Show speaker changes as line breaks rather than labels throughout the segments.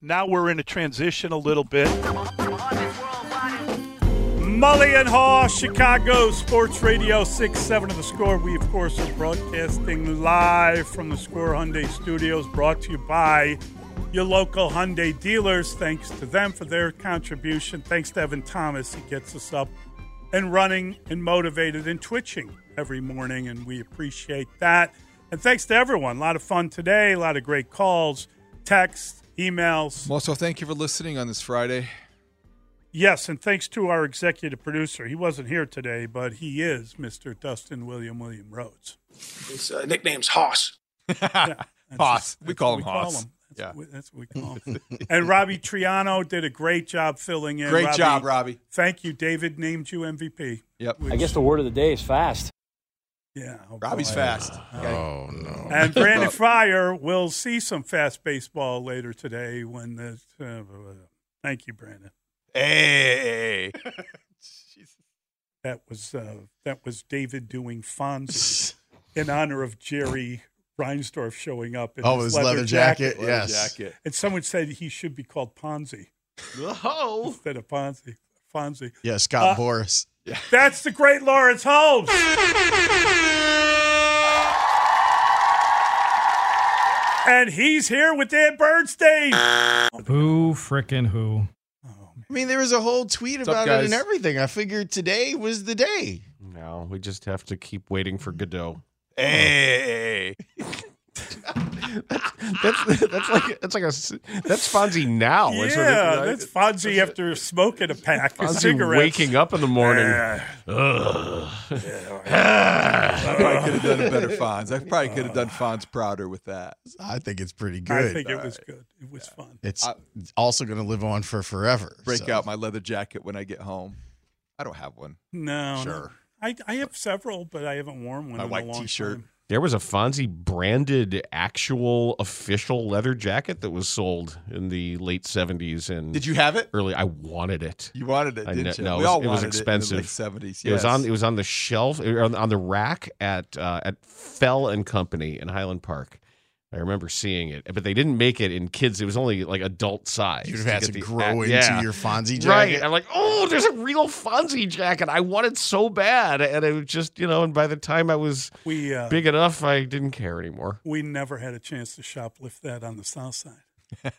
Now we're in a transition a little bit. Mully and Haw, Chicago Sports Radio 6 7 of the score. We, of course, are broadcasting live from the Score Hyundai Studios, brought to you by your local Hyundai dealers. Thanks to them for their contribution. Thanks to Evan Thomas. He gets us up and running and motivated and twitching every morning, and we appreciate that. And thanks to everyone. A lot of fun today, a lot of great calls, texts, emails.
Also, thank you for listening on this Friday.
Yes, and thanks to our executive producer. He wasn't here today, but he is Mr. Dustin William William Rhodes.
His uh, nickname's Hoss.
yeah, Hoss. We call him we Hoss. Call him.
That's yeah. What, that's what we call him. and Robbie Triano did a great job filling in.
Great Robbie, job, Robbie.
Thank you. David named you MVP.
Yep.
Which, I guess the word of the day is fast.
Yeah.
Oh Robbie's boy. fast.
Okay. Oh, no.
And Brandon Fryer will see some fast baseball later today when the. Uh, thank you, Brandon.
Hey.
that was uh, that was David doing Fonzie in honor of Jerry Reinsdorf showing up in
oh, his, leather, leather jacket. jacket. Yes. Leather jacket.
And someone said he should be called Ponzi.
Oh.
Instead of Ponzi. Fonzie.
Yeah, Scott uh, Boris. Yeah.
That's the great Lawrence Holmes. and he's here with Dan Bernstein.
Who frickin' who?
Oh, I mean, there was a whole tweet What's about up, it and everything. I figured today was the day.
No, we just have to keep waiting for Godot.
Hey.
that's, that's that's like that's like a that's Fonzie now.
Yeah, it? that's Fonzie after smoking a pack of cigarettes.
Waking up in the morning. Uh, Ugh.
Yeah, I probably could have done a better Fonz. I probably could have done Fonz prouder with that.
I think it's pretty good.
I think All it was right. good. It was yeah. fun.
It's I, also going to live on for forever.
Break so. out my leather jacket when I get home. I don't have one.
No,
sure.
No. I, I have several, but I haven't worn one.
My
in
white
a long
T-shirt.
Time.
There was a Fonzie branded actual official leather jacket that was sold in the late seventies and
Did you have it?
Early I wanted it.
You wanted it, didn't I, you?
No,
we all
it was,
wanted
expensive.
it seventies.
Yes. It was on it was on the shelf on, on the rack at uh, at Fell and Company in Highland Park. I remember seeing it, but they didn't make it in kids. It was only like adult size.
You'd have had to, to grow act, into yeah. your Fonzie jacket.
Right. I'm like, oh, there's a real Fonzie jacket. I wanted so bad. And it was just, you know, and by the time I was we, uh, big enough, I didn't care anymore.
We never had a chance to shoplift that on the South Side.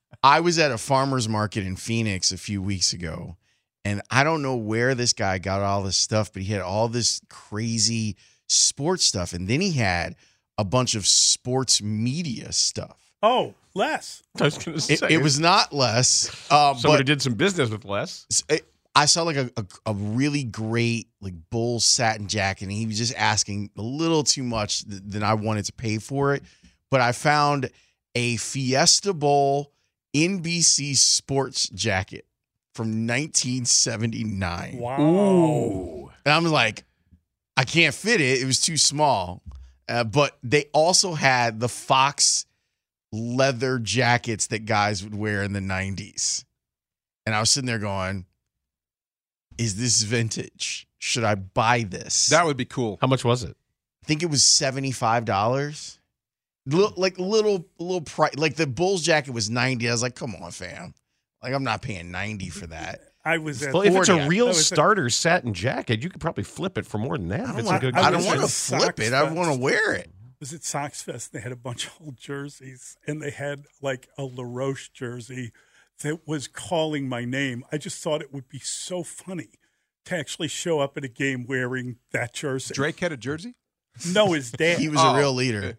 I was at a farmer's market in Phoenix a few weeks ago, and I don't know where this guy got all this stuff, but he had all this crazy sports stuff. And then he had a bunch of sports media stuff.
Oh, less.
I was Uh, going to say
it, it, was not less. Um,
Somebody did some business with less.
I saw like a, a, a, really great like bull satin jacket, and he was just asking a little too much th- than I wanted to pay for it. But I found a Fiesta Bowl NBC sports jacket from 1979.
Wow. Ooh.
And I'm like, I can't fit it. It was too small. Uh, but they also had the Fox leather jackets that guys would wear in the 90s. And I was sitting there going, is this vintage? Should I buy this?
That would be cool.
How much was it?
I think it was $75. L- like little little price like the Bulls jacket was 90. I was like, "Come on, fam. Like I'm not paying 90 for that."
I was
well, if it's a real starter a, satin jacket, you could probably flip it for more than that.
I don't, want, I don't want to flip it. I want to wear it.
was at Sox Fest. And they had a bunch of old jerseys, and they had like a LaRoche jersey that was calling my name. I just thought it would be so funny to actually show up at a game wearing that jersey.
Drake had a jersey?
No, his dad.
he was
Oh.
a real leader.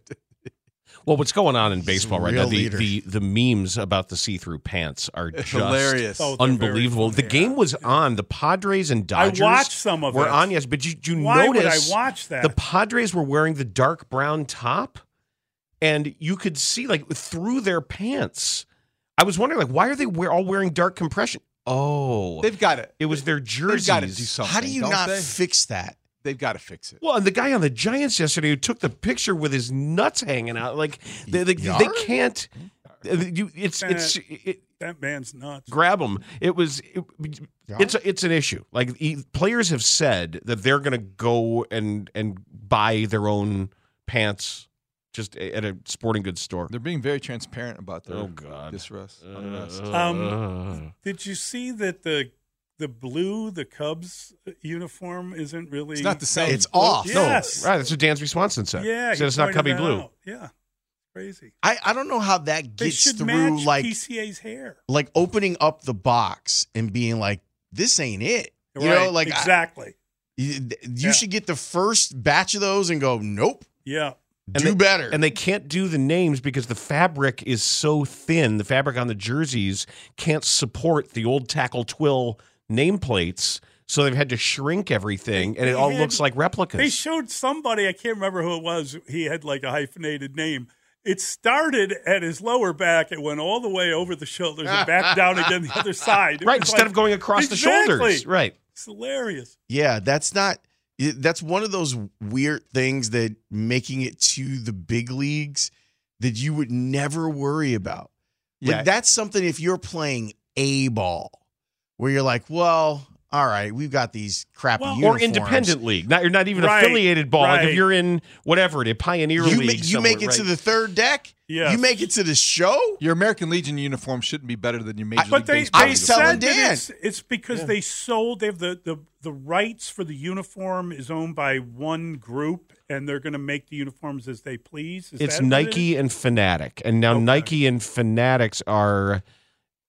Well, what's going on in baseball right now?
real
The,
leader.
the the memes about the see through pants are
It's
just
hilarious. Oh, they're very
unbelievable. The game was on. The Padres and
I
Dodgers.
watched some of
were
it.
on. Yes, but you you
Why would I
notice
watch that?
the Padres were wearing the dark brown top, and you could see like through their pants. I was wondering like why are they we- all wearing dark compression? Oh,
They've got it.
It was their
They've
jerseys.
got to do something.
How do you
don't
not
they?
fix that?
They've got to fix it.
Well, and the guy on the Giants yesterday who took the picture with his nuts hanging out, like they, they,
Yar?
they can't. uh, You, it's
Uh,
it's it,
That man's nuts.
grab them. It was it, it's a, it's an issue. Like e- players have said that they're going to go and and buy their own pants just a- at a sporting goods store.
They're being very transparent about their
Oh, God.
disrest.
Uh,
unrest.
Um, did you see that the the blue, the Cubs uniform, isn't really?
It's not the same.
It's off.
Yes.
Right, that's what Dansby Swanson said.
Yeah.
He
he
said it's not
pointed
Cubby
that
Blue.
out. Yeah. Crazy.
I, I don't know how that
They
gets
should
through
match
like
PCA's hair.
like opening up the box and being like, this ain't it. You
right.
know, like I-
exactly.
you, th- you
Yeah.
should get the first batch of those and go, nope,
yeah.
And
do
they-
better.
And they can't do the names because the fabric is so thin. The fabric on the jerseys can't support the old tackle twill nameplates. So they've had to shrink everything and it all
had-
looks like replicas.
They showed somebody, I can't remember who it was, he had like a hyphenated name. It started at his lower back. It went all the way over the shoulders and back down again the other side. It
right,
was
instead
like-
of going across
Exactly.
the shoulders. Right.
It's hilarious.
yeah, that's not, i- that's one of those weird things that making it to the big leagues that you would never worry about.
Yeah.
Like that's something if you're playing A ball where you're like, well, all right, we've got these crappy
Well,
Or
uniforms.
independent league. Not you're not even
Right,
affiliated ball. Like
right.
if you're in whatever, the pioneer
You,
league.
ma- you
somewhere,
make it to
right.
the third deck.
Yes.
You make it to the show.
Your American Legion uniform shouldn't be better than your Major League
But they,
Baseball
they
was
uniform.
telling
said that
Dan.
it's, it's because they sold. They have the, the the rights for the uniform is owned by one group, and they're going to make the uniforms as they please. Is
it's
that what it
Nike
is?
and Fanatic, and now
Okay.
Nike and Fanatics are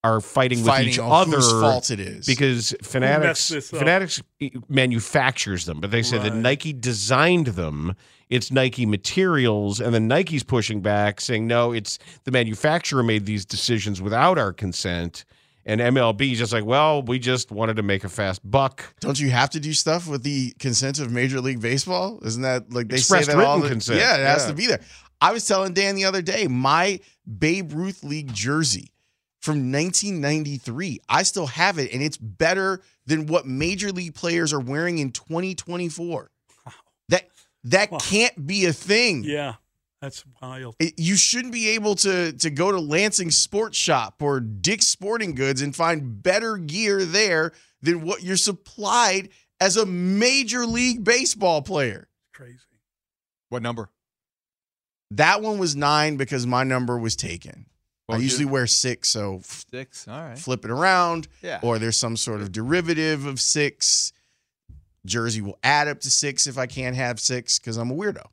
are fighting,
Fighting
with each
on
other.
whose fault it is.
because Fanatics
this up?
Fanatics eh, manufactures them, but they say that
Right.
Nike designed them. It's Nike materials, and then Nike's pushing back, saying no, it's the manufacturer made these decisions without our consent. And MLB is just like, well, we just wanted to make a fast buck.
Don't you have to do stuff with the consent of Major League Baseball? Isn't that like they
Expressed
say that all
written
the,
consent.
Yeah, it has
Yeah.
to be there. I was telling Dan the other day, my Babe Ruth League jersey from 1993, I still have it, and it's better than what Major League players are wearing in 2024. That that
Wow.
can't be a thing.
Yeah, that's wild.
It- you shouldn't be able to to go to Lansing Sports Shop or Dick's Sporting Goods and find better gear there than what you're supplied as a major league baseball player.
Crazy.
What number?
That one was nine because my number was taken.
Oh,
I
you-
usually wear six, so f-
Six. All right.
flip it around,
Yeah.
or there's some sort of derivative of six. Jersey will add up to six if I can't have six because I'm a weirdo.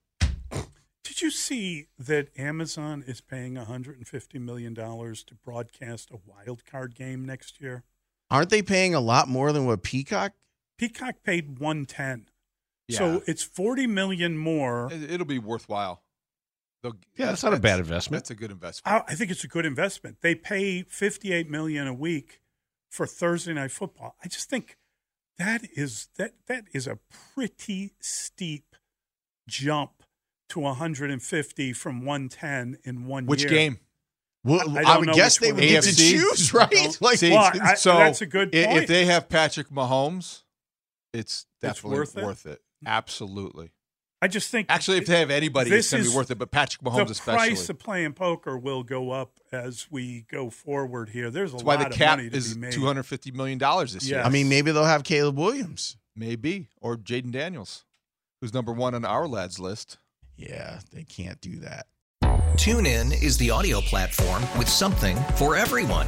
Did you see that Amazon is paying 150 million dollars to broadcast a wild card game next year?
Aren't they paying a lot more than what Peacock?
Peacock paid 110,
Yeah.
so it's 40 million more.
It- It'll be worthwhile. They'll-
Yeah, that's not a bad investment.
That's a good investment.
I I think it's a good investment. They pay 58 million a week for Thursday night football. I just think that is that that is a pretty steep jump to 150 from 110 in one
Which
year.
game?
Well,
I
I,
don't
would
know
guess
which
they would
one
get
it
to
is.
choose, right?
Don't-
Like,
See, Well, I-
so
that's a good
i- If
point.
they have Patrick Mahomes, it's definitely
worth
worth
it?
it. Absolutely.
I just think
Actually, if they have anybody, it's
This
going to
is
be worth it. But Patrick
the
Mahomes, especially.
price of playing poker will go up as we go forward here. There's a
That's why
lot
the
of
cap
money to
is
be made.
two hundred fifty million dollars this
Yeah.
year.
I mean, maybe they'll have Caleb Williams.
Maybe or Jaden Daniels, who's number one on our lads list.
Yeah, they can't do that.
TuneIn is the audio platform with something for everyone.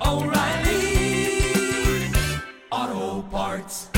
oh, oh, O'Reilly. Auto Parts.